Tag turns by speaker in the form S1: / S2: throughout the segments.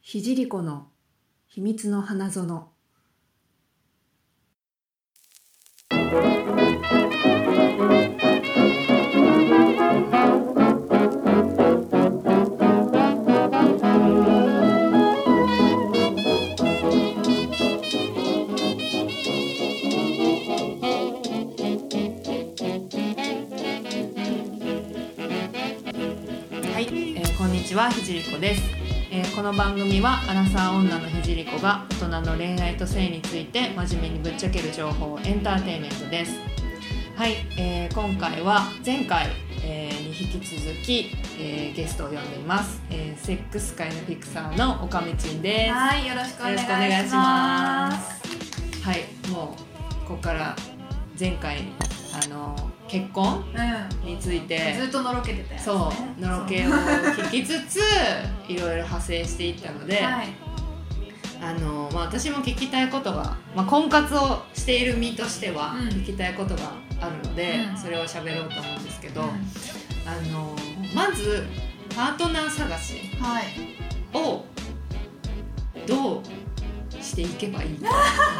S1: ひじりこの秘密の花園はい、えーこんにちはひじりこです、えーこの番組はアラサー女のひじりこが大人の恋愛と性について真面目にぶっちゃける情報エンターテインメントですはい、えー今回は前回、えーに引き続き、えーゲストを呼んでいます、えーセックス界のフィクサーのおかみちんです
S2: はい、よろしくお願
S1: よろ
S2: いし
S1: しくお願いし
S2: ま。
S1: ますはいもうここから前回あの結婚について
S2: うん、ずっとのろけてたやつね
S1: そうのろけを引きつついろいろ派生していったので、
S2: はい、
S1: あのまあ、私も聞きたいことが、まあ、婚活をしている身としては
S2: うん
S1: 聞きたいことがあるので、
S2: うん
S1: それを喋ろうと思うんですけど、
S2: うん
S1: あのまずパートナー探し
S2: はい、
S1: をどうしていけば いいか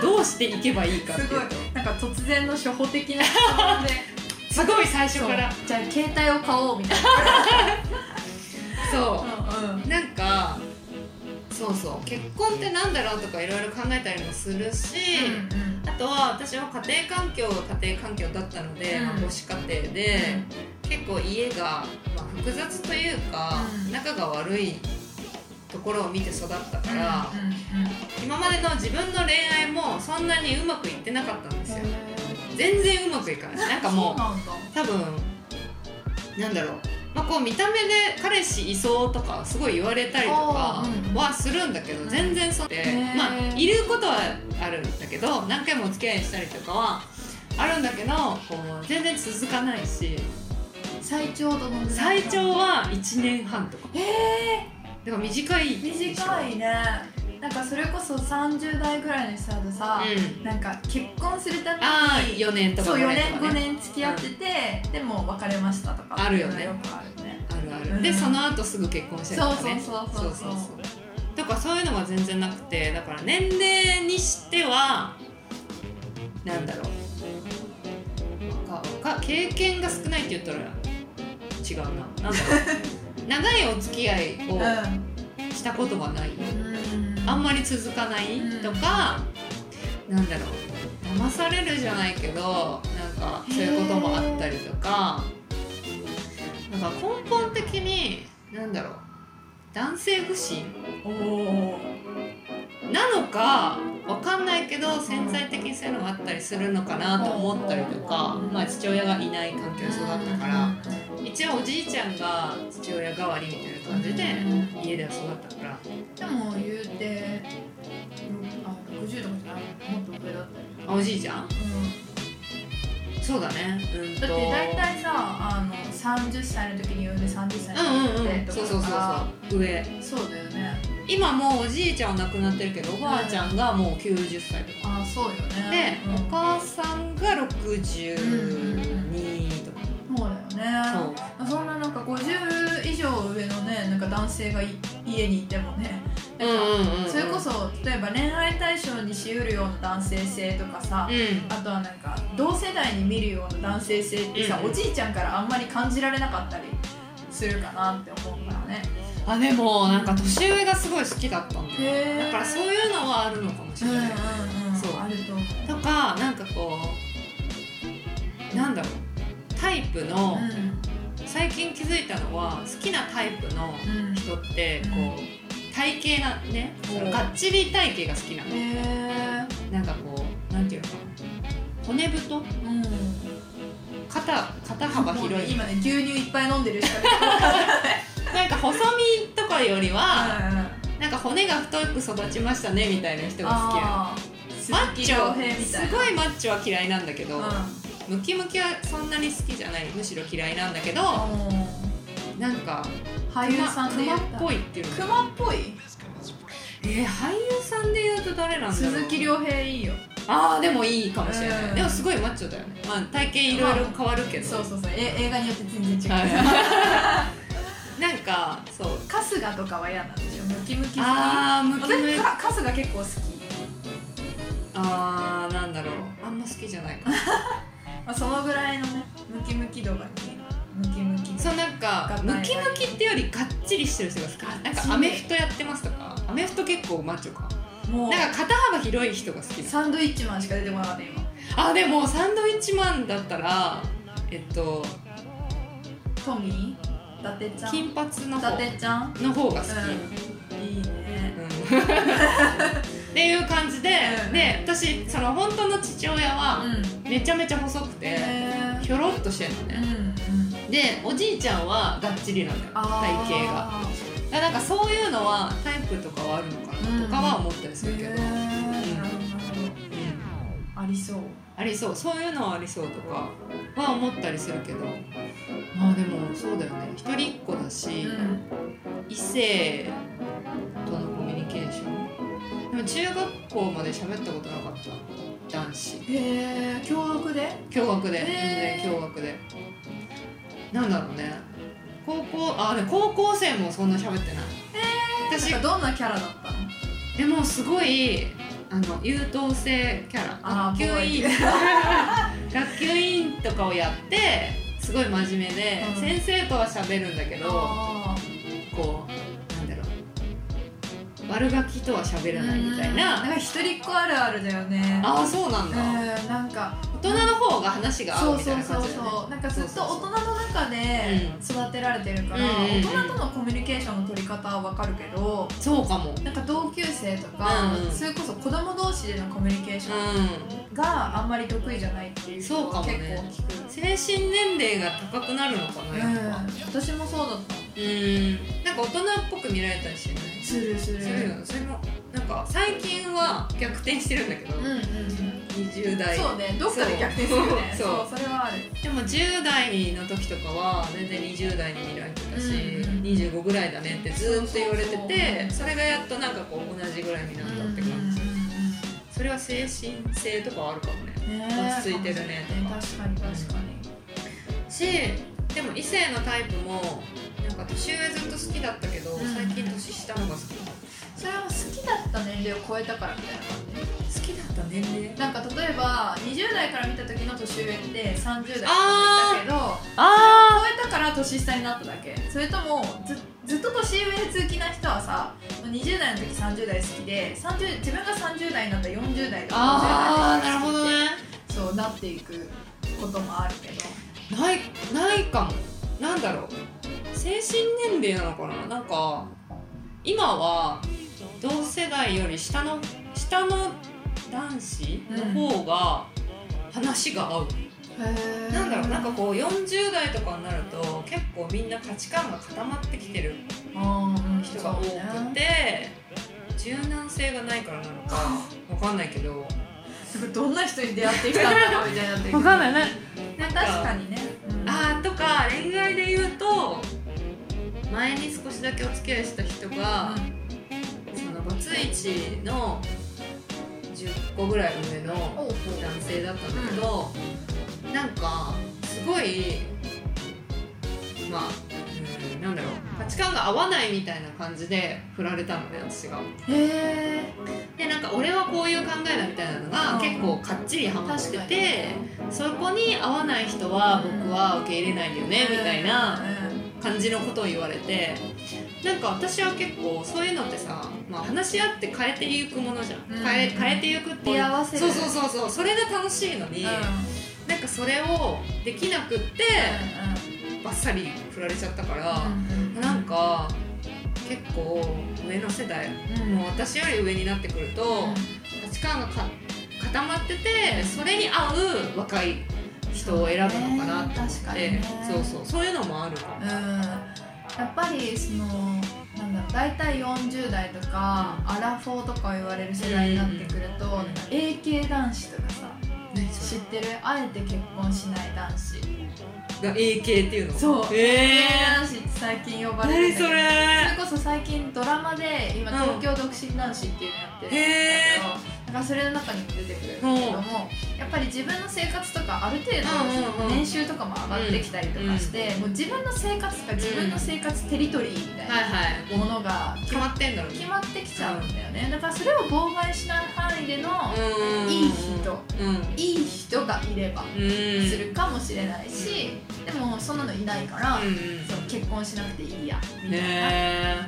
S1: どうしていけばいいかっていう
S2: す
S1: と
S2: ごいなんか突然の初歩的な質問で
S1: すごい最初から
S2: そうじゃあ携帯を買おうみたい
S1: そう。
S2: な、うんうん、
S1: なんかそうそう結婚ってなんだろうとかいろいろ考えたりもするし、あとは私は家庭環境が家庭環境だったので、
S2: うん
S1: まあ母子家庭で、結構家が、まあ、複雑というか、
S2: うん
S1: 仲が悪いところを見て育ったから、
S2: うんうんうん
S1: 今までの自分の恋愛もそんなにうまくいってなかったんですよ、全然うまくいかないなんかもう
S2: そう
S1: 多
S2: なんだ
S1: 分なんだろう、まあ、こう見た目で彼氏いそうとかすごい言われたりとか
S2: あーうん
S1: はするんだけど、
S2: うん
S1: 全然そうって、
S2: へー
S1: まあいることはあるんだけど何回もお付き合いしたりとかはあるんだけどこう全然続かないし
S2: 最長どのぐらい
S1: 最長は1年半とか
S2: え
S1: だから短い
S2: ー、
S1: でしょ
S2: 短いねなんかそれこそ30代ぐらいの人だとさ、
S1: うん
S2: なんか結婚するため
S1: ああ
S2: に
S1: 4年とか
S2: そう
S1: ぐ
S2: 4
S1: らいと
S2: 年
S1: か
S2: 5年付き合ってて、でも別れましたとか
S1: あるよね
S2: よくあるね
S1: あるある、で
S2: うん
S1: その後すぐ結婚したりとかね
S2: そうそうそうそうそう
S1: だからそういうのが全然なくてだから年齢にしてはなんだろうかか経験が少ないって言ったら違うななんだろう長いお付き合いを
S2: う
S1: したことがない、
S2: ん
S1: あん
S2: ま
S1: まり続かないとか、なんだろう騙されるじゃないけどなんかそういうこともあったりとかなんか根本的になんだろう男性不信
S2: おお
S1: なのかわかんないけど潜在的にそういうのがあったりするのかなと思ったりとか、
S2: うん
S1: まあ、父親がいない環境で育ったから一応おじいちゃんが父親代わりみたいな感じで
S2: うん
S1: 家では育ったから
S2: でも言うてうんあ60とかじゃないもっと上だったりとか
S1: あおじいちゃんそうだねうんと
S2: だって大体さあの30歳の時に産んで30歳
S1: うん
S2: に
S1: うん
S2: なっ
S1: うん
S2: て
S1: そう
S2: と
S1: そうそう
S2: か
S1: そう上
S2: そうだよね
S1: 今もうおじいちゃんは亡くなってるけどおばあちゃんがもう90歳とか
S2: あそうよ
S1: で
S2: ね
S1: お
S2: うん
S1: 母さんが62とか
S2: そうだよね
S1: そう
S2: そんななんか50以上上のねなんか男性がい家にいてもね
S1: うんうんうんうん
S2: それこそ例えば恋愛対象にしうるような男性性とかさ、
S1: うん
S2: あとはなんか同世代に見るような男性性ってさ、
S1: うん
S2: おじいちゃんからあんまり感じられなかったりするかなって思うからね
S1: あでもなんか年上がすごい好きだったんだよ
S2: へー
S1: だからそういうのはあるのかもし
S2: うん
S1: れ
S2: うん
S1: ない、
S2: うん
S1: そう
S2: あると思う
S1: とかなんかこうなんだろうタイプの、
S2: う
S1: 最近気づいたのは好きなタイプの
S2: んうん
S1: 人ってこう、体型がね
S2: おう
S1: そのがっちり体型が好きなの
S2: へ
S1: なんかこうなんていうのかな骨太
S2: ーうん
S1: 肩肩幅
S2: もうね
S1: 広い
S2: 今ね牛乳いっぱい飲んでるしかな
S1: なん
S2: い
S1: か細身とかよりは、
S2: うんうん
S1: なんか骨が太く育ちましたねみたいな人が好きなの
S2: あー
S1: マッチョ
S2: 鈴木亮平みたい
S1: す
S2: な
S1: ごいマッチョは嫌いなんだけど、
S2: うん
S1: ムキムキはそんなに好きじゃないむしろ嫌いなんだけどなんか
S2: 俳優さんで
S1: ク
S2: 言
S1: マ
S2: っ
S1: ったぽいっていうの
S2: 熊っぽい
S1: えー、俳優さんで言うと誰なんだろう
S2: 鈴木亮平いいよ
S1: ああでもいいかもしれない、
S2: うん
S1: でもすごいマッチョだよねまあ体型いろいろ変わるけど、
S2: そうそうそうえ映画によって全然違う、
S1: はい なんかそう
S2: 春日とかは嫌なんですよムキムキ好き
S1: ああムキム
S2: 私
S1: キ
S2: か春日結構好き、
S1: あーなんだろうあんま好きじゃないか
S2: まあ、そのぐらいのねムキムキ度がねムキムキ
S1: そうなんか
S2: が
S1: ムキムキってよりがっちりしてる人が好きなんかアメフトやってますとかアメフト結構マッチョか
S2: もう
S1: なんか肩幅広い人が好き
S2: サンドイッチマンしか出てこなかった今
S1: あでもサンドイッチマンだったらえっと
S2: トミー伊達ちゃん
S1: 金髪の
S2: 伊
S1: 方
S2: 達ちゃん
S1: の方が好き、
S2: うんいいね
S1: うん っていう感じで、
S2: うん
S1: で私その本当の父親は
S2: うん
S1: めちゃめちゃ細くて、
S2: え
S1: ひょろっとしてるの
S2: ー
S1: ね
S2: うんうん
S1: でおじいちゃんはがっちりなのよ体
S2: あー
S1: 型がだからなんかそういうのはタイプとかはあるのかなとかは思ったりするけど、
S2: へ
S1: う
S2: ー
S1: ん
S2: なるほどなるほどありそう
S1: ありそうそういうのはありそうとかは思ったりするけどまあでもそうだよね一人っ子だし、
S2: うん
S1: 異性とのコミュニケーションでも中学校まで喋ったことなかった男子
S2: へえ共学で
S1: 共学で
S2: へ
S1: 全
S2: ー
S1: 然共学でなんだろうね高校あで高校生もそんな喋ってない私
S2: なんかどんなキャラだったの
S1: でもすごいあの優等生キャラ
S2: あ
S1: 学
S2: ー
S1: 級委員 学級委員とかをやってすごい真面目で、
S2: うん
S1: 先生とは喋るんだけど
S2: あ
S1: こうなんだろう悪ガキとは喋
S2: ー
S1: らないみたい
S2: うん
S1: な、
S2: なんか一人っ子あるあるだよね
S1: ああそうなん
S2: う
S1: だ、
S2: んなんか
S1: 大人の方が話が合
S2: そうう
S1: みた
S2: そ
S1: いうな
S2: そ
S1: 感
S2: う
S1: じだよね
S2: そうなんかずっと
S1: そう
S2: 大
S1: そうそ
S2: 人の中で育てられてるから、
S1: うんうんうんうん
S2: 大人とのコミュニケーションの取り方はわかるけど
S1: そうかも
S2: なんか同級生とか、
S1: うんうん
S2: それこそ子供同士でのコミュニケーショ
S1: う
S2: ンがあんまり得意じゃないっていう人
S1: そう
S2: は
S1: かも
S2: 結
S1: ね
S2: 構聞く、
S1: ん精神年齢が高くなるのか
S2: う
S1: なやっ
S2: ん
S1: ぱ、
S2: 私もそうだった
S1: うんなんか大人っぽく見られたりしてない
S2: するする
S1: それそれもなんか最近は逆転してるんだけど、
S2: うんうんうん
S1: 20代
S2: そうねどっかで逆転するね
S1: そう
S2: そうそれはある
S1: でも10代の時とかは全然20代に見られてたし、
S2: うんうん
S1: 25ぐらいだねってずーっと言われて
S2: そうそうそ
S1: て
S2: う
S1: それがやっとなんかこう同じぐらいになったって感じ、
S2: う
S1: それは精神性とかはあるかもね
S2: んうんうん
S1: 落ち着いてるねとか
S2: 確かに確かに
S1: しでも異性のタイプもなんか年上ずっと好きだったけど、
S2: うん
S1: 最近年下のが好き
S2: それは好きだった年齢を超えたからみたいな感じ
S1: 好きだった年齢
S2: なんか例えば20代から見た時の年上って30代から見たけど
S1: あ
S2: 超えたから年下になっただけそれともずずっと年上好きな人はさ20代の時30代好きで30自分が30代になったら40代とか
S1: あ
S2: 50代とか
S1: ーなるほどね
S2: そうなっていくこともあるけど
S1: ないないかもなんだろう精神年齢なのかななんか今は同世代より下の下の男子の方が話が合う、
S2: へ
S1: なんだろうなんかこう40代とかになると結構みんな価値観が固まってきてる人が多くて、 柔軟性がないからなのかわかんないけど
S2: どんな人に出会ってきたんだろうみたいになっていく
S1: ないね
S2: 確かにね、うん
S1: あーとか恋愛で言うと前に少しだけお付き合いした人がそのバツイチの10個ぐらい上の
S2: おう
S1: 男性だったんだけど、なんかすごいまあうんなんだろう価値観が合わないみたいな感じで振られたのね私が。
S2: へえ
S1: でなんか俺はこういう考えだみたいなの
S2: う
S1: が
S2: ん
S1: 結構かっちりハマって
S2: 確かに
S1: てそこに合わない人は僕は受け入れないんだよねみたいな。感じのことを言われてなんか私は結構そういうのってさ、まあ、話し合って変えていくものじゃん、
S2: うん
S1: 変え変えていくって
S2: 出
S1: いう
S2: 会わせ
S1: そうそうそうそうそれが楽しいのに、
S2: うん
S1: なんかそれをできなくってバッサリ振られちゃったから、
S2: うん
S1: なんか結構上の世代
S2: うん
S1: もう私より上になってくると、価値観がか固まっててそれに合う若い人を選ぶのかなって思
S2: そう
S1: って、
S2: ね確かにね
S1: そうそうそういうのもあるかも。
S2: うんやっぱりそのなんだろう大体40代とかアラフォーとか言われる世代になってくると、
S1: うん
S2: なんか A 系男子とかさ知ってるあえて結婚しない男子
S1: が AK っていうの
S2: そう
S1: え
S2: 恋愛
S1: ー、
S2: 男子って最近呼ばれ
S1: 何
S2: てたけ
S1: そ
S2: ど
S1: れ
S2: それこそ最近ドラマで今
S1: うん
S2: 東京独身男子っていうのやってるんだけど、
S1: へ
S2: だからそれの中にも出てくるんだけども、やっぱり自分の生活とかある程
S1: うんうん
S2: 度
S1: うん
S2: 年収とかも上がってきたりとかして、もう自分の生活とか自分の生活テリトリーみたい
S1: はいはい
S2: なものが
S1: 決まってんだろう
S2: 決まってきちゃうんだよねだからそれを妨害しない範囲での
S1: うん
S2: いい人
S1: うん
S2: いい人がいれば
S1: うん
S2: するかもしれないし、でもそんなのいないから、
S1: うんうん
S2: そう結婚しなくていいやみたいな。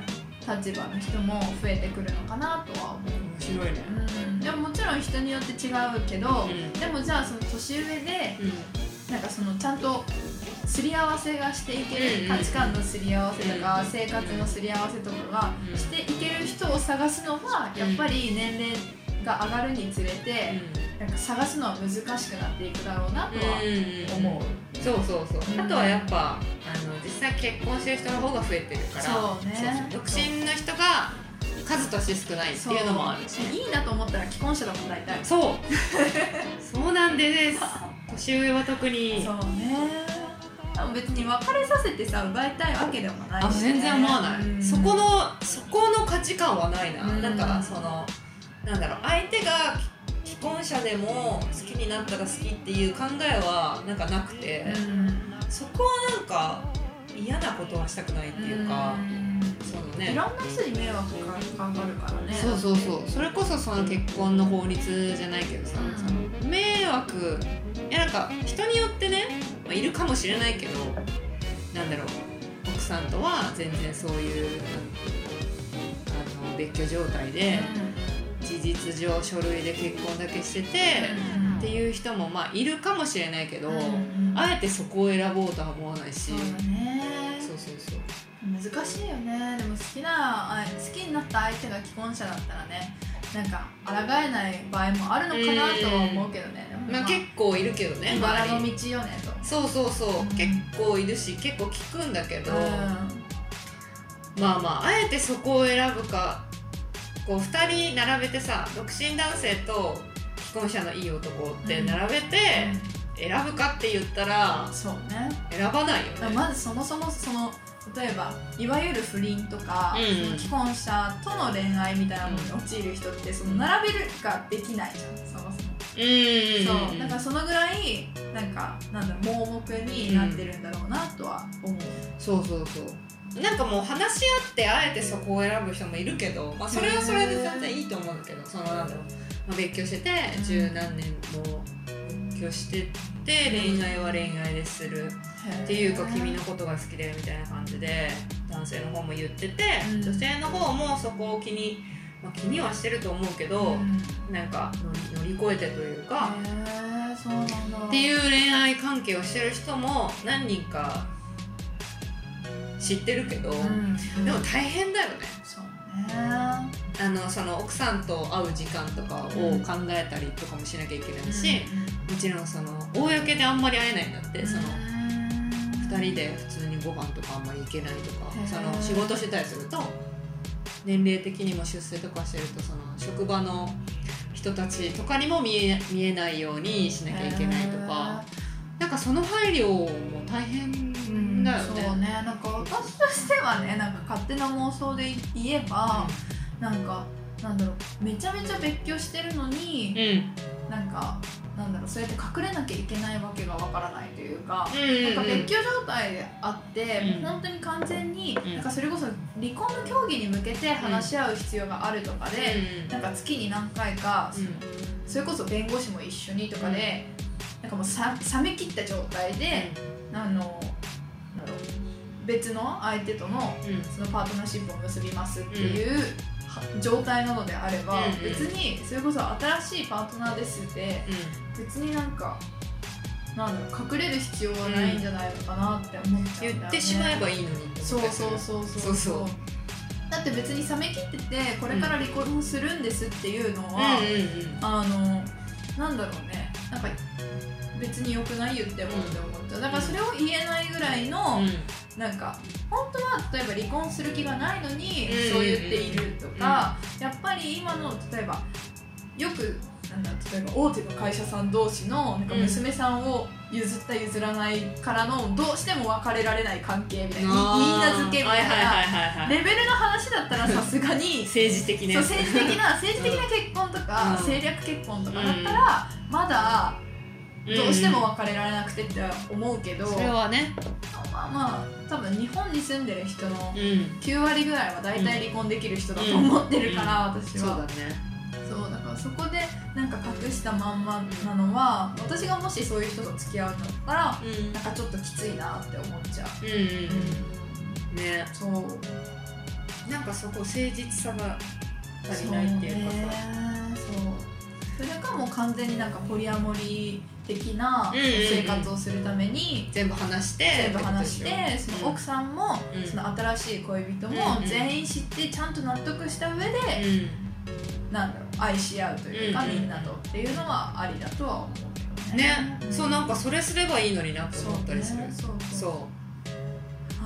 S1: ね
S2: 立場の人も増えてくるのかなとは思う、
S1: え面白いね
S2: うん、でももちろん人によって違うけど、
S1: うん
S2: でもじゃあその年上でなんかそのちゃんとすり合わせがしていけ
S1: うんう
S2: る
S1: ん
S2: 価値観のすり合わせとか、
S1: うん
S2: 生活のすり合わせとか
S1: うん
S2: がしていける人を探すのはやっぱり年齢が上がるにつれて、なんか探すのは難しくなっていくだろうなとは
S1: うん
S2: 思う、
S1: そうそうそうあとはやっぱあの実際結婚してる人の方が増えてるから
S2: そうね
S1: そうそう独身の人が数として少ないっていうのもあるし
S2: いいなと思ったら既婚者だもん大体
S1: そうそうなんです年上は特に
S2: そうねでも別に別れさせてさ奪いたいわけでもないし、
S1: あ
S2: ね、
S1: 全然思わない、
S2: うん
S1: そこのそこの価値観はないな、
S2: うん
S1: なんかそのなんだろう相手が既婚者でも好きになったら好きっていう考えはなんかなくて、
S2: うん
S1: そこはなんか嫌なことはしたくないっていうか、
S2: ん
S1: その
S2: い
S1: ね
S2: ろんな人に迷惑がかかるからね
S1: そうそうそうそれこそその結婚の法律じゃないけどさ、
S2: うん
S1: その迷惑いやなんか人によってね、まあ、いるかもしれないけどなんだろう奥さんとは全然そういうあの別居状態で事実上書類で結婚だけしてて、
S2: うん
S1: っていう人もまあいるかもしれないけど、
S2: うん
S1: あえてそこを選ぼうとは思わないし、
S2: そうだね
S1: そうそうそう
S2: 難しいよねでも好きなあ好きになった相手が既婚者だったらねなんか抗えない場合もあるのかなとは思うけどね、でも
S1: まあ、結構いるけどね
S2: 茨
S1: 周り
S2: の道よねと
S1: そうそうそう、
S2: うん
S1: 結構いるし結構聞くんだけど、
S2: う
S1: まあまああえてそこを選ぶかこう2人並べてさ独身男性と既婚者のいい男って並べて選ぶかって言ったら
S2: んそうね
S1: 選ばない
S2: だから
S1: よね。
S2: まずそもそもその例えばいわゆる不倫とか、
S1: うんうん
S2: その既婚者との恋愛みたいなものに陥る人ってその並べるができないじゃんそ
S1: う
S2: もそ
S1: ん
S2: も、そうだからそのぐらいなんかなんだろう盲目になってるんだろうなとは思う、
S1: そうそうそうなんかもう話し合ってあえてそこを選ぶ人もいるけど、まあ、それはそれで全然いいと思うんだけどそのなんだろう、まあ、別居してて十何年も別居してて恋愛は恋愛でするっていうか君のことが好きだよみたいな感じで男性の方も言ってて、
S2: うん
S1: 女性の方もそこを気に、まあ、気にはしてると思うけど、なんか乗り乗り越えてというか、
S2: へえそうなんだ
S1: って
S2: う
S1: いう恋愛関係をしてる人も何人か知ってるけど、
S2: ん
S1: でも大変だよね
S2: そうね
S1: あのその奥さんと会う時間とかを考えたりとかもしなきゃいけないし、もちろんその公であんまり会えないんだって、その2人
S2: で
S1: で普通にご飯とかあんまり行けないとか、
S2: へー
S1: その仕事してたりすると年齢的にも出世とかしてるとその職場の人たちとかにも見え見えないようにしなきゃいけないとか、なんかその配慮も大変だよね。
S2: そうねなんか私としてはねなんか勝手な妄想で言えば、なんかなんだろうめちゃめちゃ別居してるの
S1: うん、
S2: に、
S1: うん
S2: なんかなんだろうそうやって隠れなきゃいけないわけがわからないというか。
S1: うん
S2: なんか別居状態であって、
S1: うん
S2: 本当に完全に、
S1: うん
S2: なんかそれこそ離婚の協議に向けて話し合う必要があるとかで、なんか月に何回か、
S1: うんうん
S2: それこそ弁護士も一緒にとかで、なんかもうさ冷め切った状態で、あのなんだろう別の相手との
S1: うん
S2: そのパートナーシップを結びますっていう、は状態なのであれば、
S1: うんうん
S2: 別にそれこそ新しいパートナーですって別になんかなんだろう隠れる必要はないんじゃないのかなって思っちゃうんだよね、
S1: 言ってしまえばいいのに
S2: そうそうそうそうそう
S1: そうそう
S2: だって別に冷め切っててこれから離婚するんですっていうの
S1: うん
S2: は、
S1: うん
S2: あのなんだろうねなんか別に良くない言ってもって思っちゃうだからそれを言えないぐらい
S1: う
S2: の、
S1: ん
S2: なんか本当は例えば離婚する気がないのに
S1: うん
S2: そう言っているとか、やっぱり今の例えばよくなんだ例えば大手の会社さん同士のなんか
S1: うん
S2: 娘さんを譲った譲らないからのどうしても別れられない関係みたいな言い
S1: あ
S2: な
S1: ー
S2: 付けみ
S1: は
S2: た
S1: い
S2: い
S1: はいはい
S2: な
S1: はいはい
S2: レベルの話だったらさすがに
S1: 政治的ね
S2: そう政治的な政治的な結婚とか、
S1: うん
S2: 政略結婚とかだったら、まだどうしても別れられなくてって思うけど、
S1: うんそれはね
S2: まあまあ多分日本に住んでる人
S1: う
S2: の
S1: ん
S2: 9割ぐらいは大体離婚できる人だと思ってるから、私
S1: そう
S2: は
S1: だね
S2: そうだからそこでなんか隠したまんまなのは私がもしそういう人と付き合うんだったら
S1: うん
S2: なんかちょっときついなって思っちゃう、
S1: うんうんね
S2: そう
S1: なんかそこ誠実さが足りないっていうかさ
S2: そうねそうそれかもう完全になんかポリアモリー的な
S1: うんうんうん
S2: 生活をするために
S1: 全部話して
S2: 全部話して
S1: ょ
S2: その奥さんも
S1: うん
S2: その新しい恋人も
S1: うんうん
S2: 全員知ってちゃんと納得した上で
S1: うん
S2: なんだろう愛し合うというか
S1: うんう
S2: み
S1: ん
S2: んなとっていうのはありだとは思うけ
S1: ね
S2: どね
S1: そうなんかそれすればいいのになって
S2: そう
S1: 思ったりする
S2: ねそう
S1: そう
S2: う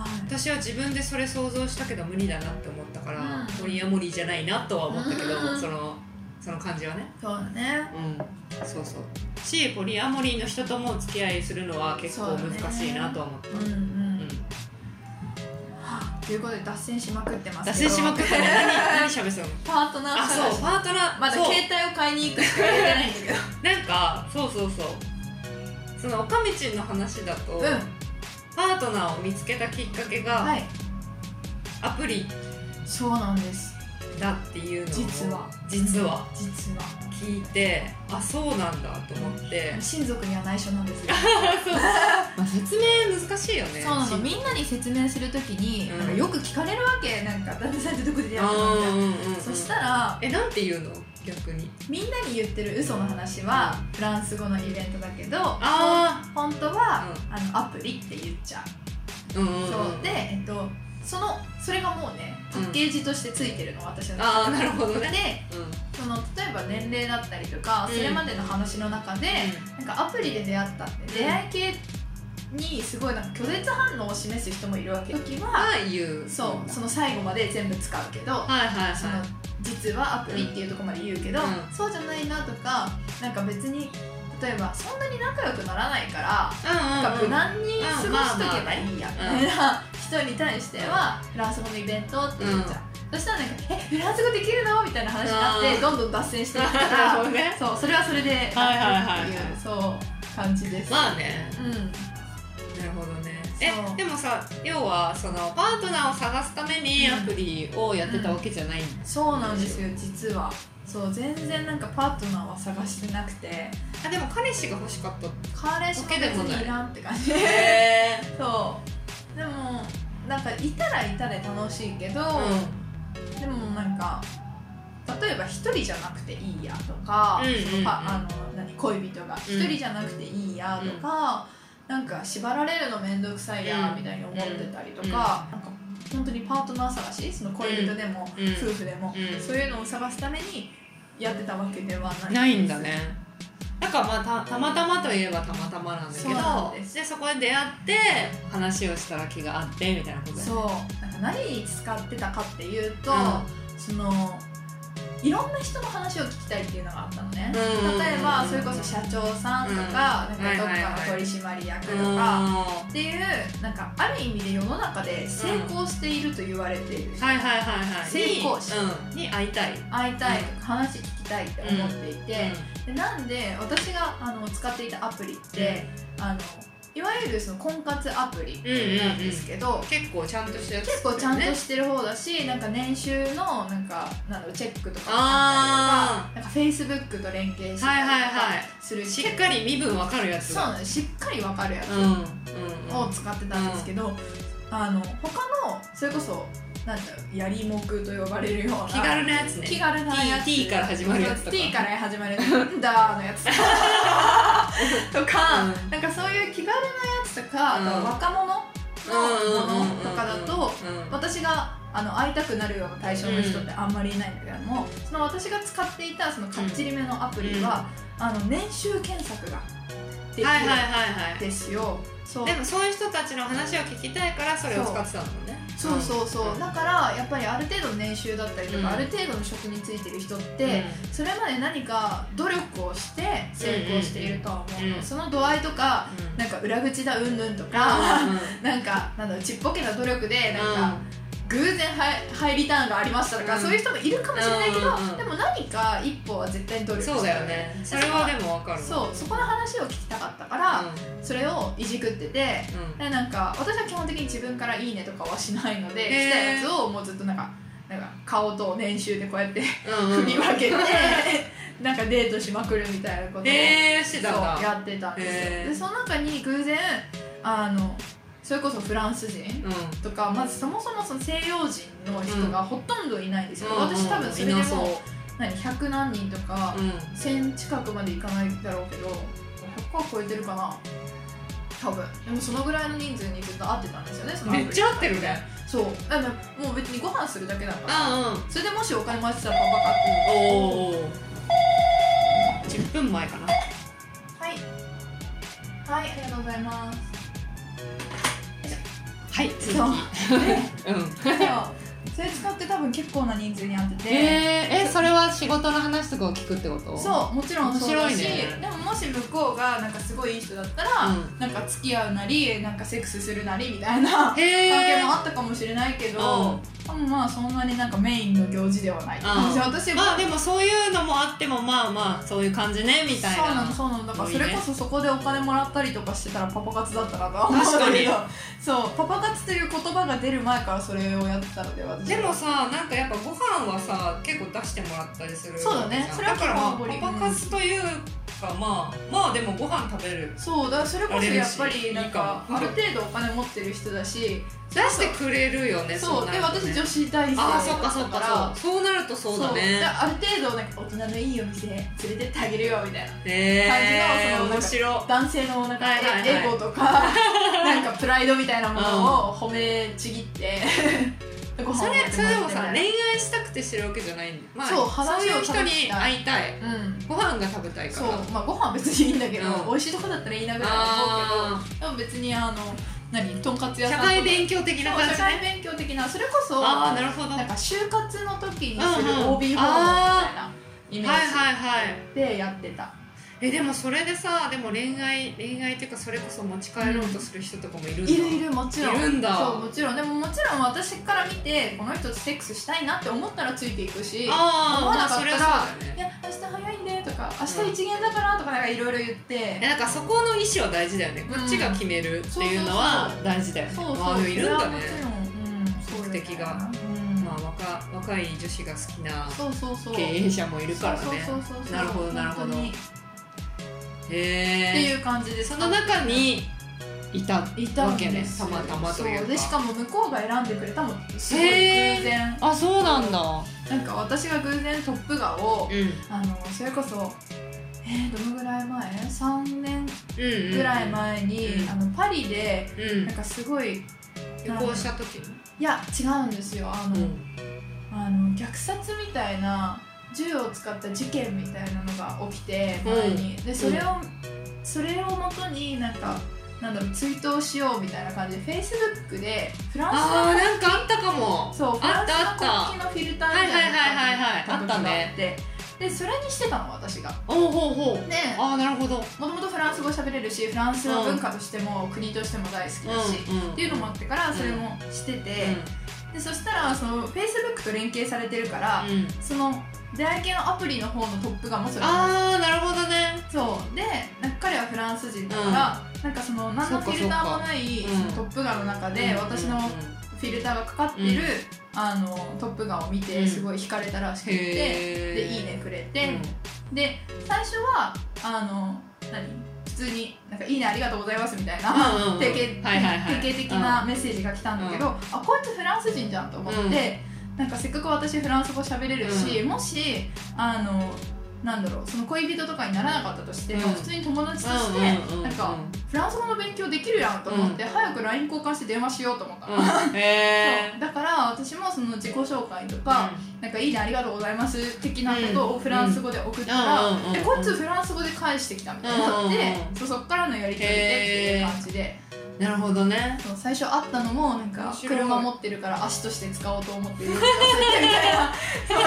S2: はい
S1: 私は自分でそれ想像したけど無理だなって思ったから
S2: うん
S1: ポリアモリーじゃないなとは思ったけど
S2: うん
S1: そのその感じはね
S2: そうだね
S1: うんそうそうしポリアモリーの人とも付き合いするのは結構難しいなとは思った
S2: うんうん
S1: うん
S2: はあということで脱線しまくってます
S1: 脱
S2: けど
S1: 線しまくったら何何喋ってたの
S2: パートナー
S1: あ
S2: 探
S1: そう
S2: し
S1: パートナー
S2: まだ
S1: そう
S2: 携帯を買いに行くしか言ってないんだけど
S1: なんかそうそうそうそのおかみちんの話だと、
S2: うん
S1: パートナーを見つけたきっかけが、
S2: はい
S1: アプリ
S2: そうなんです
S1: だっていうのを
S2: 実は
S1: 実は
S2: 実は
S1: 聞いてあそうなんだと思って
S2: 親族には内緒なんですよ
S1: まあ、説明難しいよね
S2: そうなの
S1: し
S2: みんなに説明するときに、
S1: うん
S2: なんかよく聞かれるわけなんか旦那さんってどこで出会ったのみたい
S1: うんうんうん
S2: なそしたら
S1: えなんて言うの逆に
S2: みんなに言ってる嘘の話はフランス語のイベントだけど
S1: あ
S2: 本当は、あのアプリって言っちゃう、
S1: うんうんうん
S2: そうで、えっと、そのそれがもうねパッケージとしてついてるの、私の
S1: あーなるほどね
S2: で
S1: うん
S2: その例えば年齢だったりとか、
S1: うん
S2: それまでの話の中で、なんかアプリで出会ったって出会い系にすごいなんか拒絶反応を示す人もいるわけ時は、
S1: はい言う
S2: そうその最後まで全部使うけど、
S1: はいはい
S2: その
S1: はい
S2: 実はアプリっていうところまで言うけど、
S1: うん
S2: そうじゃないなとかなんか別に例えばそんなに仲良くならないからなんか
S1: うんうんう
S2: 無
S1: ん
S2: 難に過ごしとけばいいやみ
S1: まあまあ
S2: たいな 人に対してはフランス語のイベントって言っちゃう、そしたらなんか「えフランス語できるの?」みたいな話になって
S1: うん
S2: どんどん脱線していく か
S1: なるほ
S2: ら
S1: どね
S2: そうそれはそれでっていう、
S1: はいはいはいはい
S2: そう感じです。
S1: まあね
S2: う
S1: な
S2: ん
S1: るほどね
S2: そ
S1: え
S2: う
S1: でもさ要はそのパートナーを探すためにアプリをやってたわけじゃないんだ、
S2: そうなんですよ実はそう全然なんかパートナーは探してなくて
S1: あでも彼氏が欲しかったって
S2: 彼氏も別にいらんって感じ
S1: へえ
S2: そうでもなんかいたらいたで楽しいけど、
S1: うん
S2: でもなんか例えば一人じゃなくていいやとか、
S1: うんうんうん
S2: そのパあの何恋人が一人じゃなくていいやとか、なんか縛られるの面倒くさいや
S1: うん
S2: みたいに思ってたりとか、なんか本当にパートナー探しその恋人でも、
S1: うんうん
S2: 夫婦でも、
S1: うん
S2: そういうのを探すためにやってたわけではない
S1: ないんだねだからまあたたまたまといえばたまたまなんだけ
S2: そうな
S1: ど
S2: んです
S1: でそこで出会って話をしたら気が合ってみたいなことだよね
S2: そうなんか何に使ってたかっていうと、
S1: う
S2: そのいろんな人の話を聞きたいっていうのがあったのね、
S1: うんうんうん
S2: 例えばそれこそ社長さんとか,、
S1: うん
S2: なんかどっ
S1: はいはい
S2: か
S1: はい
S2: の取締役とか、
S1: うんは
S2: っていうなんかある意味で世の中で成功していると言われている
S1: い
S2: 人、
S1: はいはいはい
S2: 成功者
S1: に,、うん、に会いたい
S2: 会いたいとか話聞きたいって思っていて、でなんで私があの使っていたアプリって、あのいわゆるその婚活アプリなんですけど、
S1: うん結構ちゃんとしたやつ
S2: 結構ちゃんと
S1: ね
S2: してる方だし、なんか年収のなんかなんだろうチェックとか
S1: あ
S2: あったりとかなんかフェイスブックと連携してた
S1: はい
S2: り
S1: はい
S2: と
S1: は
S2: かする
S1: いしっかり身分わかるやつ
S2: そう
S1: だ
S2: なのしっかりわかるやつ
S1: うんうんうん
S2: を使ってたんですけど、あの他のそれこそなんだろうやりもくと呼ばれるような
S1: 気軽なやつね
S2: 気軽なやつ
S1: T- T から始まるやつとか
S2: そう T から始まるんだーのやつと かとか、
S1: うん
S2: なんかそういう気軽なやつとか、あと
S1: うん
S2: 若者のものとかだと、
S1: うんうんうんうん
S2: 私があの会いたくなるような対象の人ってあんまりいないんだけども、その私が使っていたそのかっちりめのアプリは、あの年収検索ができる
S1: はいはいはい
S2: ん
S1: はい
S2: ですよ、そう
S1: でもそういう人たちの話を聞きたいからそれを使ってたんだもんね
S2: そうそうそう、
S1: ん
S2: だからやっぱりある程度の年収だったりとか、
S1: うん
S2: ある程度の職についてる人って、それまで何か努力をして成功しているとは思うの、
S1: うん
S2: その度合いとか
S1: うん
S2: なんか裏口だうんぬんと
S1: あ
S2: か、なんかなんだろうちっぽけな努力で
S1: ー
S2: なんか、偶然ハイハイリターンがありましたとか、
S1: うん
S2: そういう人もいるかもしれないけど、
S1: うんうんうん
S2: でも何か一歩は絶対に努
S1: うん
S2: 力して
S1: そうだよねそれはでもわかるう
S2: そうそこの話を聞きたかったから、それをいじくってて
S1: んうん
S2: でなんか私は基本的に自分から「いいね」とかはしないので、
S1: へー
S2: 来たやつをもうずっとなんかなんか顔と年収でこうやって
S1: うんうん
S2: 振り分けて、 なんかデートしまくるみたいなことを、
S1: へえしてたんだ
S2: そうやってたんです
S1: へ
S2: よ
S1: ー
S2: でその中に偶然あのそれこそフランス人
S1: うん
S2: とかまずそもそもその西洋人の人がほとんどいないんですよ、
S1: うん
S2: 私多分それで
S1: い
S2: も
S1: なそう
S2: 何100何人とか、
S1: うん
S2: 1000近くまでいかないだろうけど100は超えてるかな多分でもそのぐらいの人数にずっと会ってたんですよねそのアプ
S1: め
S2: リ
S1: っちゃ合ってるね
S2: そうだからもう別にご飯するだけだから
S1: うんうん
S2: それでもしお金回ってたらパパか
S1: おお10分前かな
S2: はいはいありがとうございます
S1: はい
S2: そう
S1: うん
S2: それ使って多分結構な人数に会ってて、
S3: えー、えそれは仕事の話とかを聞くってこと
S2: そうもちろんそうだ
S3: 面白
S2: し、
S3: いね
S2: でももし向こうがなんかすごいいい人だったら、
S1: うん
S2: なんか付き合うなりなんかセックスするなりみたいな
S1: へえ
S2: 関係もあったかもしれないけど、でもまあそんなになんかメインの行事ではない、
S1: ん
S2: 私私
S1: まあでもそういうのもあってもまあまあそういう感じねみたい
S2: そうな
S1: な
S2: のそうなのだから
S1: 多い
S2: そ
S1: ね
S2: れこそそこでお金もらったりとかしてたらパパ活だったらとは思
S1: 確か
S2: うん
S1: に
S2: だけどそうパパ活という言葉が出る前からそれをやってたので私
S1: でもさなんかやっぱご飯はさ結構出してもらったりする
S2: そうだね
S1: じゃん
S2: それは
S1: だからま
S2: 結構
S1: あパパ活というかまあまあでもご飯食べる
S2: そうだからそれこそやっぱりなんか
S1: あ
S2: あ
S1: れ
S2: る
S1: だ
S2: 程度お金持ってる人だし
S1: 出してくれるよね
S2: そう
S1: な
S2: で
S1: るとね
S2: 私女子大生
S1: ああそっかそっ
S2: だから
S1: かそうそうなるとそうだ
S2: そう
S1: ね
S2: である程度なんか大人のいいお店連れてってあげるよみたいな
S1: へえ
S2: 感じの
S1: 面白
S2: 男性のなんか
S1: はいはいはい
S2: エエゴと かなんかプライドみたいなものを褒めちぎって ご飯
S1: そ
S2: を
S1: れそれでもさ
S2: ね
S1: 恋愛したくてしてるわけじゃないんだまあ
S2: そう話を
S1: そういう人
S2: 楽しみ
S1: に
S2: たい
S1: 会いたい
S2: うん
S1: ご飯が食べたいか
S2: そう
S1: ら
S2: まあご飯は別にいいんだけど、
S1: うん
S2: 美味しいとこだったらいいなぐらいは思う
S1: あ
S2: けどでも別にあの何とんかつ
S1: あ
S2: 屋さ
S1: 社
S2: んとか
S1: 会勉強的な
S2: そう
S1: 感
S2: 社
S1: じ
S2: 会
S1: ね
S2: 勉強的なそれこそ
S1: ああ
S2: な
S1: なるほど
S2: んか就活の時にす
S1: うんう
S2: る
S1: ん
S2: OB 訪問みたいなイメ
S1: はいは
S2: ー
S1: いはい
S2: ジでやってた、
S1: えでもそれでさでも恋愛恋愛っていうかそれこそ持ち帰ろうとする人とかもいるんだ
S2: いるいるもちろん
S1: いるんだ
S2: そうもちろんでももちろん私から見てこの人とセックスしたいなって思ったらついていくし
S1: ああ
S2: 思わ
S1: ま
S2: な
S1: あ
S2: か
S1: そ
S2: っ
S1: れ
S2: た
S1: は
S2: ら
S1: そうだよ
S2: い
S1: ね
S2: や明日早いねとか明日一元だからとかなんかいろいろ言って、
S1: えなんかそこの意思は大事だよねこっちが決めるっていうのは
S2: う
S1: 大事だよね
S2: そうそう
S1: まあでもいるんだね
S2: それはもちろん、うん、そうだよ
S1: 目
S2: ね
S1: 的が、
S2: うん
S1: まあ若若い女子が好きな
S2: そうそうそう
S1: 経営者もいるからね
S2: そうそうそうそう
S1: なるほどなるほど
S2: 本当にっ
S1: へ
S2: て
S1: え
S2: いう感じで
S1: その中にいた
S2: いた
S1: わ
S2: ん
S1: け
S2: で
S1: ね
S2: す
S1: た
S2: よ
S1: またまという
S2: そ
S1: か
S2: うでしかも向こうが選んでくれたもんすごい偶
S3: へー
S2: 然
S3: あそうなんだ
S2: なんか私が偶然「トップガ」を
S1: うん
S2: あのそれこそえー、どのぐらい前3年
S1: うんうん
S2: ぐらい前に、
S1: うん
S2: あのパリで
S1: うん
S2: なんかすごいい
S1: 旅行した時に
S2: や違うんですよあの、
S1: うん
S2: あの虐殺みたいな銃を使った事件みたいなのが起きて
S1: うん
S2: 前に、でそれを、それをもとになんかなんだろう追悼しようみたいな感じでフェイスブックでフランス
S1: ああなんかあったかも
S2: のそうフ
S1: あ
S2: ラ
S1: っ
S2: ン
S1: たあ
S2: ス
S1: った
S2: の国旗のフィルターみたい
S1: はい
S2: な
S1: はいはいはいはいあったね
S2: ででそれにしてたの私が
S1: おうほうほう
S2: で
S1: ああなるほど
S2: もともとフランス語喋れるしフランスの文化としても、国としても大好きだし、
S1: うんうん
S2: っていうのもあってからそれもしてて、でそしたらそのフェイスブックと連携されてるから、
S1: うんうん
S2: その出会い系のアプリの方のトップがもうそれ
S1: ああなるほどね
S2: そうでなんか彼はフランス人だから、なんかその何のフィルターもない
S1: そっかそっかうん
S2: そのトップガンの中で、私のフィルターがかかってる、
S1: うん
S2: あのトップガンを見
S1: う
S2: て
S1: ん
S2: すごい惹かれたらしくて、で「いい
S1: で
S2: ね」くれて、で最初はあの何普通になんか「いいねありがとうございます」みたいな、
S1: うんうん
S2: 定型
S1: はいはいはい
S2: 定型的なメッセージが来たんだけど、あこいつフランス人じゃんと思って、
S1: うん
S2: なんかせっかく私フランス語喋れるし、もしあのなんだろうその恋人とかにならなかったとしても、
S1: うん
S2: 普通に友達として、なんかフフランス語の勉強できるやんと思って、早く LINE 交換して電話しようと思ったの、そ
S1: うん、へ
S2: うだから私もその自己紹介とか、なんかいいねありがとうございます的なことをフランス語で送ったら、
S1: うんうんうん
S2: でこっちフランス語で返してきたみたいになって、
S1: うんうんうん
S2: そうそっからのやり取りでっていう感じで、
S1: ーなるほどね
S2: そう最初会ったのもなん
S1: 面
S2: か
S1: 白い
S2: 車持ってるから足として使おうと思 ってるみたいなそうなん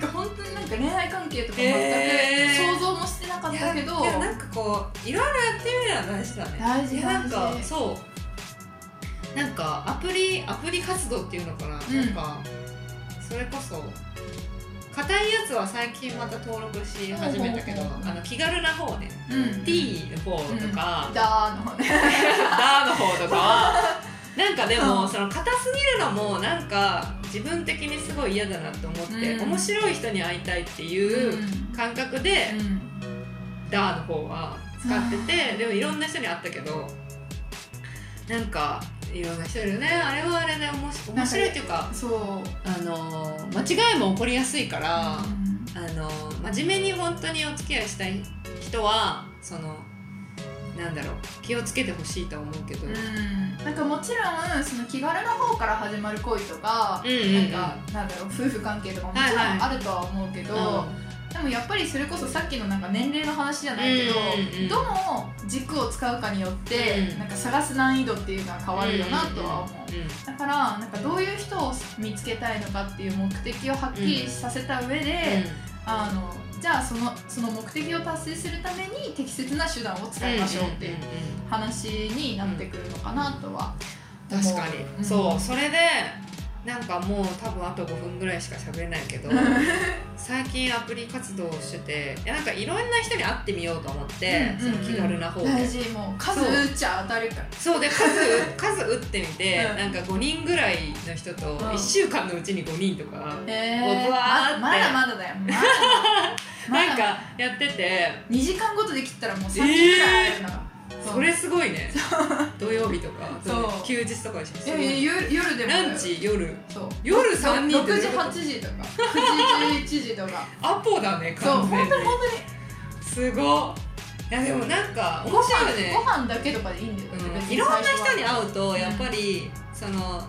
S2: か本当になんか恋愛関係とか全く
S1: へー
S2: 想像もしてなかっ
S1: い
S2: た
S1: や
S2: けど、
S1: いやなんかこういろいろやってみるのは大事だね
S2: 大事
S1: いやなんか
S2: 大事
S1: そうなんかアプリアプリ活動っていうのかな、
S2: ん
S1: なんかそれこそ硬いやつは最近また登録し始めたけど、
S2: ほうほうほう
S1: あの気軽な方ね、
S2: うん、
S1: T の方とか、
S2: だーのね
S1: ダーの方とか はなんかで
S2: う
S1: も
S2: ん
S1: その硬すぎるのもなんか自分的にすごい嫌だなと思って、
S2: うん
S1: 面白い人に会いたいっていう感覚で、
S2: うん
S1: ダーの方は使っててでもいろんな人に会ったけどなんかいろんな人いるよねあれはあれで面白い面白いっていうか
S2: そう、
S1: あのー間違いも起こりやすいから。
S2: うん
S1: あの真面目に本当にお付き合いしたい人はそのなんだろう気をつけてほしいとは思うけど、
S2: うんなんかもちろんその気軽な方から始まる恋とか、
S1: うんうんうん
S2: なんかなんだろう夫婦関係とかももちろん
S1: はいは
S2: あるとは思うけど、でもやっぱりそれこそさっきのなんか年齢の話じゃないけど、
S1: うんうんうん
S2: どの軸を使うかによって、
S1: うん
S2: なんか探す難易度っていうのは変わるよなとは思う。
S1: う
S2: だからなんかどういう人を見つけたいのかっていう目的をはっきりさせた上で、あのじゃあそのその目的を達成するために適切な手段を使いましょうっていう話になってくるのかなとは思う
S1: 確かに、
S2: ん
S1: そうそれでなんかもう多分あと5分ぐらいしか喋れない けど最近アプリ活動をしてていやなんかいろんな人に会ってみようと思って、
S2: うんうんうん
S1: その気軽な方で、
S2: 大事もう数
S1: そう
S2: 打っちゃ当たるから
S1: そうで数数打ってみて、
S2: うん
S1: なんか5人ぐらいの人と1週間のうちに5人とか、
S2: えー、
S1: うわーって
S2: ままだまだだよま だまだ
S1: なんかやってて
S2: 2時間ごとで切ったらもう3時ぐらいあるな、
S1: それすごいね土曜日とか
S2: そう
S1: 休日とかでしょ
S2: いやいや夜夜でも
S1: ランチ夜
S2: そう
S1: 夜3人
S2: 6時8時とか9時11時とか
S1: アポだね
S2: そう
S1: 完
S2: 本当
S1: 全
S2: に
S1: に
S2: 本
S1: すごいいやでもなんか
S2: 当 に
S1: 面白いね
S2: ご飯ご飯だけとかでいいんだよ、
S1: うんいろんな人に会うと
S2: ん
S1: やっぱりその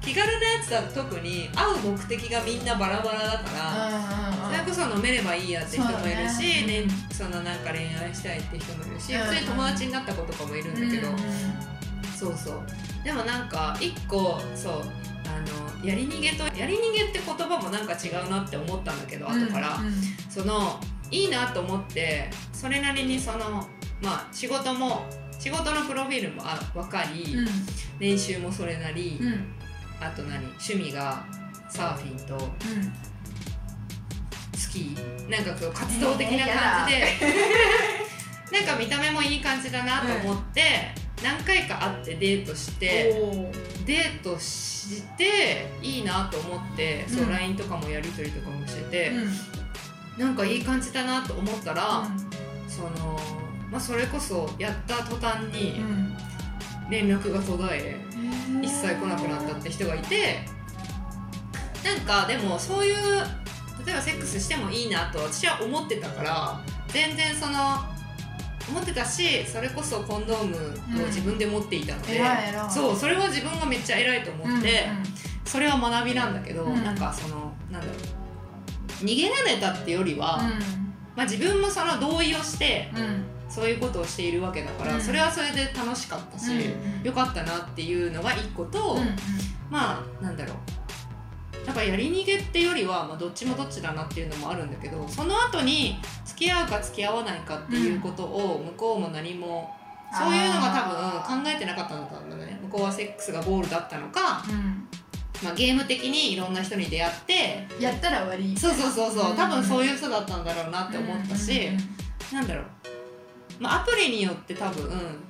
S1: 気軽なやつだと特に会う目的がみんなバラバラだからそれ
S2: う
S1: こそ飲めればいいやって人もいる
S2: そう
S1: し
S2: だね
S1: ねそのなんか恋愛したいって人もいるし
S2: うん
S1: 普通に友達になった子とかもいるんだ
S2: んうんうん
S1: けどそうそうでもなんか一個そうあのやり逃げとやり逃げって言葉もなんか違うなって思ったんだけど後から、
S2: うんうん
S1: そのいいなと思ってそれなりにそのまあ仕事も仕事のプロフィールもあ分かり、年収もそれなり、
S2: うんうん
S1: あと何趣味がサーフィンとスキーなんかこう活動的な感じで、 なんか見た目もいい感じだなと思って、何回か会ってデートして。
S2: うんおー
S1: デートしていいなと思って、そううん LINE とかもやり取りとかもしてて
S2: う、ん
S1: なんかいい感じだなと思ったら、その、まあ、それこそやった途端に
S2: うん
S1: 連絡が途絶え、
S2: うん
S1: 一切来なくなったって人がいてなんかでもそういう例えばセックスしてもいいなと私は思ってたから全然その思ってたしそれこそコンドームを自分で持っていたので、
S2: 偉い偉い
S1: そうそれは自分がめっちゃ偉いと思って。それは学びなんだけど、
S2: うん
S1: なんかそのなんだろう逃げられたってよりは、まあ、自分もその同意をして
S2: うんうんうん
S1: そういうことをしているわけだから、
S2: うん
S1: それはそれで楽しかったし、
S2: うん
S1: よかったなっていうのは一個と、
S2: うんうん
S1: まあなんだろうだからやり逃げってよりは、まあ、どっちもどっちだなっていうのもあるんだけどその後に付き合うか付き合わないかっていうことを向こうも何も、そういうのが多分考えてなかったんだと思うんだね向こうはセックスがゴールだったのか、
S2: うん
S1: まあ、ゲーム的にいろんな人に出会って
S2: やったら終わり
S1: そうそうそうそううん多分そういう人だったんだろうなって思ったし、
S2: うんうん
S1: なんだろう、まあ、アプリによって多分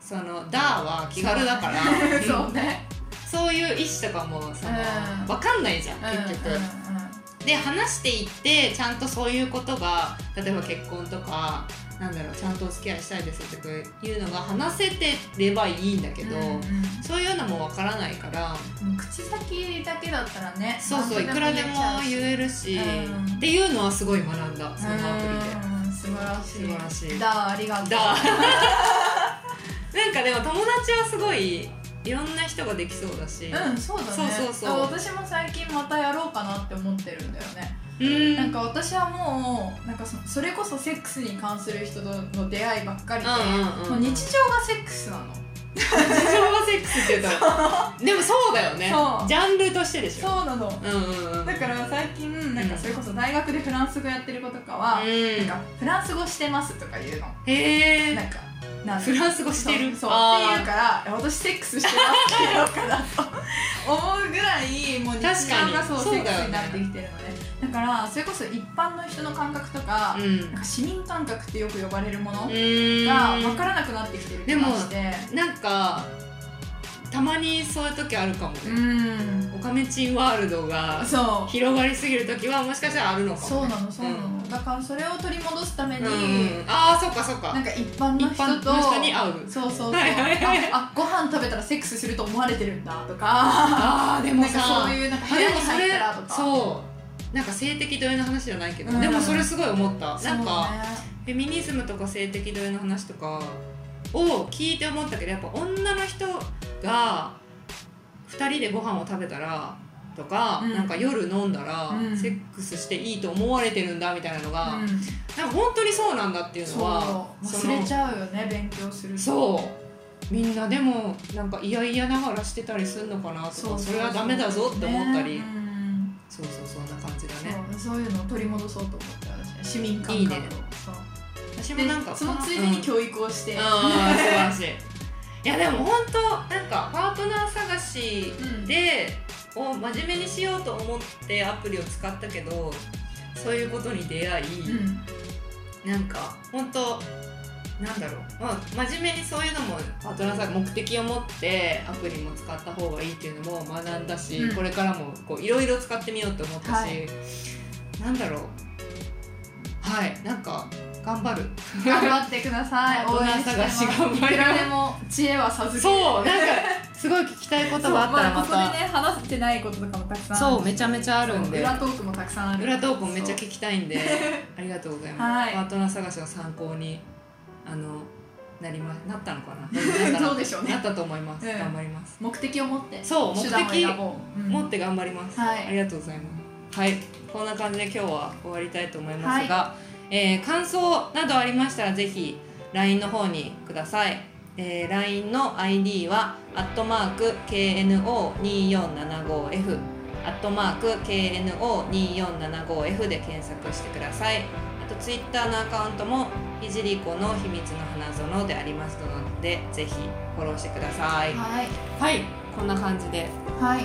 S1: その「ダー」は気軽だから
S2: うん
S1: そ
S2: そううね
S1: いう意思とかもその、
S2: うん
S1: 分かんないじゃん結局。
S2: うん
S1: で話していってちゃんとそういうことが例えば結婚とかなんだろうちゃんとお付き合いしたいですとかいうのが話せてればいいんだけど、
S2: うんうんうん
S1: そういうのも分からないから。
S2: うん口先だけだったらね
S1: そうそういくらでも言えるし、
S2: うん
S1: っていうのはすごい学んだそのアプリで
S2: うん素素晴らしい
S1: 素晴らしい
S2: だありがとう
S1: だ なんかでも友達はすごいいろんな人ができそうだし、
S2: うんそうだね
S1: そうそうそう
S2: だから私も最近またやろうかなって思ってるんだよね、
S1: うん
S2: なんか私はもうなんかそそれこそセックスに関する人との出会いばっかりで、
S1: うんうんうん
S2: もう日常がセックスなの
S1: 日常はセックスって言うと でもそうだよね
S2: そう
S1: ジャンルとしてでしょ
S2: そうなの
S1: うんうんうん
S2: だから最近なんかそれこそ大学でフランス語やってる子とかは、
S1: うん
S2: なんかフランス語してますとか言うの
S1: へ
S2: な
S1: え
S2: んかなん
S1: フランス語してる
S2: そうそう
S1: あ
S2: っ
S1: ー
S2: ていうからいや私セックスしてますって言おうかなと思うぐらいもう日
S1: 確か
S2: 常
S1: に
S2: がそう
S1: そうだ
S2: セ
S1: よ
S2: ッ
S1: ね
S2: クスになってきてるので、だからそれこそ一般の人の感覚とか,、
S1: うん
S2: なんか市民感覚ってよく呼ばれるもの
S1: う
S2: が
S1: ーん
S2: 分からなくなってきてる気がして
S1: なんかたまにそういう時あるかも
S2: う
S1: ね、
S2: ん
S1: オカメチンワールドが
S2: そう
S1: 広がりすぎる時はもしかしたらあるのかも、ね、
S2: そうなのそうなの、だからそれを取り戻すために、
S1: うん、ああそっかそっか
S2: なんか一般の
S1: 一
S2: 人
S1: 般
S2: と
S1: の人に会う
S2: そうそうそう、
S1: はいはいはい
S2: ああご飯食べたらセックスすると思われてるんだとか
S1: ああでも
S2: なん
S1: さ
S2: かそういうなんか
S1: あ
S2: 部
S1: で
S2: 屋に
S1: もそ
S2: 入
S1: れ
S2: ったらとか
S1: そうなんか性的同様の話じゃないけど、
S2: うん
S1: でもそれすごい思った、
S2: そう
S1: なんか、
S2: ね
S1: フェミニズムとか性的同様の話とかを聞いて思ったけどやっぱ女の人が2人でご飯を食べたらとか、
S2: うん
S1: なんか夜飲んだら、
S2: うん
S1: セックスしていいと思われてるんだみたいなのが、
S2: うん
S1: なんか本当にそうなんだっていうのは
S2: そう忘れちゃうよね勉強すると
S1: そうみんなでもなんか嫌々ながらしてたりするのかなとかそれはダメだぞって思ったり、
S2: ねうん
S1: そうそうそんな感じだね
S2: そうそういうのを取り戻そうと思った私市民感覚を
S1: いいね
S2: そう
S1: 私も
S2: で
S1: なんか
S2: そのついでに教育をして、
S1: うんあー素晴らしいいやでも本当なんかパートナー探し
S2: うん
S1: でを真面目にしようと思ってアプリを使ったけどそういうことに出会い、
S2: うん
S1: なんか本当なんだろう、まあ、真面目にそういうのもパートナーさん目的を持ってアプリも使った方がいいっていうのも学んだし、
S2: うん
S1: これからもこういろいろ使ってみようと思ったし、
S2: はい
S1: なんだろうはいなんか頑張る
S2: 頑張ってください応援してます
S1: 大人探し頑張り
S2: いくらでも知恵は授ける
S1: そうなんかすごい聞きたいことがあったらま
S2: そうあここ
S1: た
S2: でね話してないこととかもたくさん
S1: そうめちゃめちゃあるんで
S2: 裏トークもたくさんある
S1: 裏トークもめっちゃ聞きたいんでありがとうございます、
S2: はい
S1: パートナー探しの参考にあのなりまなったのか な
S2: そうでしょうね
S1: なったと思います、
S2: うん
S1: 頑張ります
S2: 目的を持って
S1: そう目
S2: 手段を
S1: 的
S2: 選ぼう、うん
S1: 持って頑張ります、
S2: はい
S1: ありがとうございますはいこんな感じで今日は終わりたいと思いますが、えー感想などありましたらぜひ LINE の方にください、えー LINE の ID はアットマーク KNO2475F アットマーク KNO2475F で検索してくださいあと Twitter のアカウントもひじりこの秘密の花園でありますのでぜひフォローしてください
S2: はい
S1: はいこんな感じで
S2: はい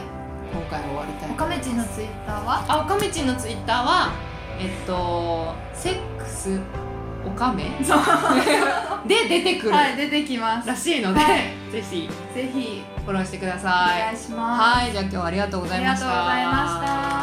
S1: 今回は終わりたい
S2: おかめちんのツイッターは
S1: あおかめちんのツイッターはえっとセックスおかめで出てくる
S2: はい出てきます
S1: らしいので、
S2: は
S1: ぜひ
S2: ぜひ
S1: フォローしてくだ
S2: お
S1: さ
S2: 願
S1: い
S2: いします、
S1: はいじゃあ今日はありがとうご
S2: あ
S1: ざい
S2: り
S1: ま
S2: が
S1: し
S2: とう
S1: た
S2: ございました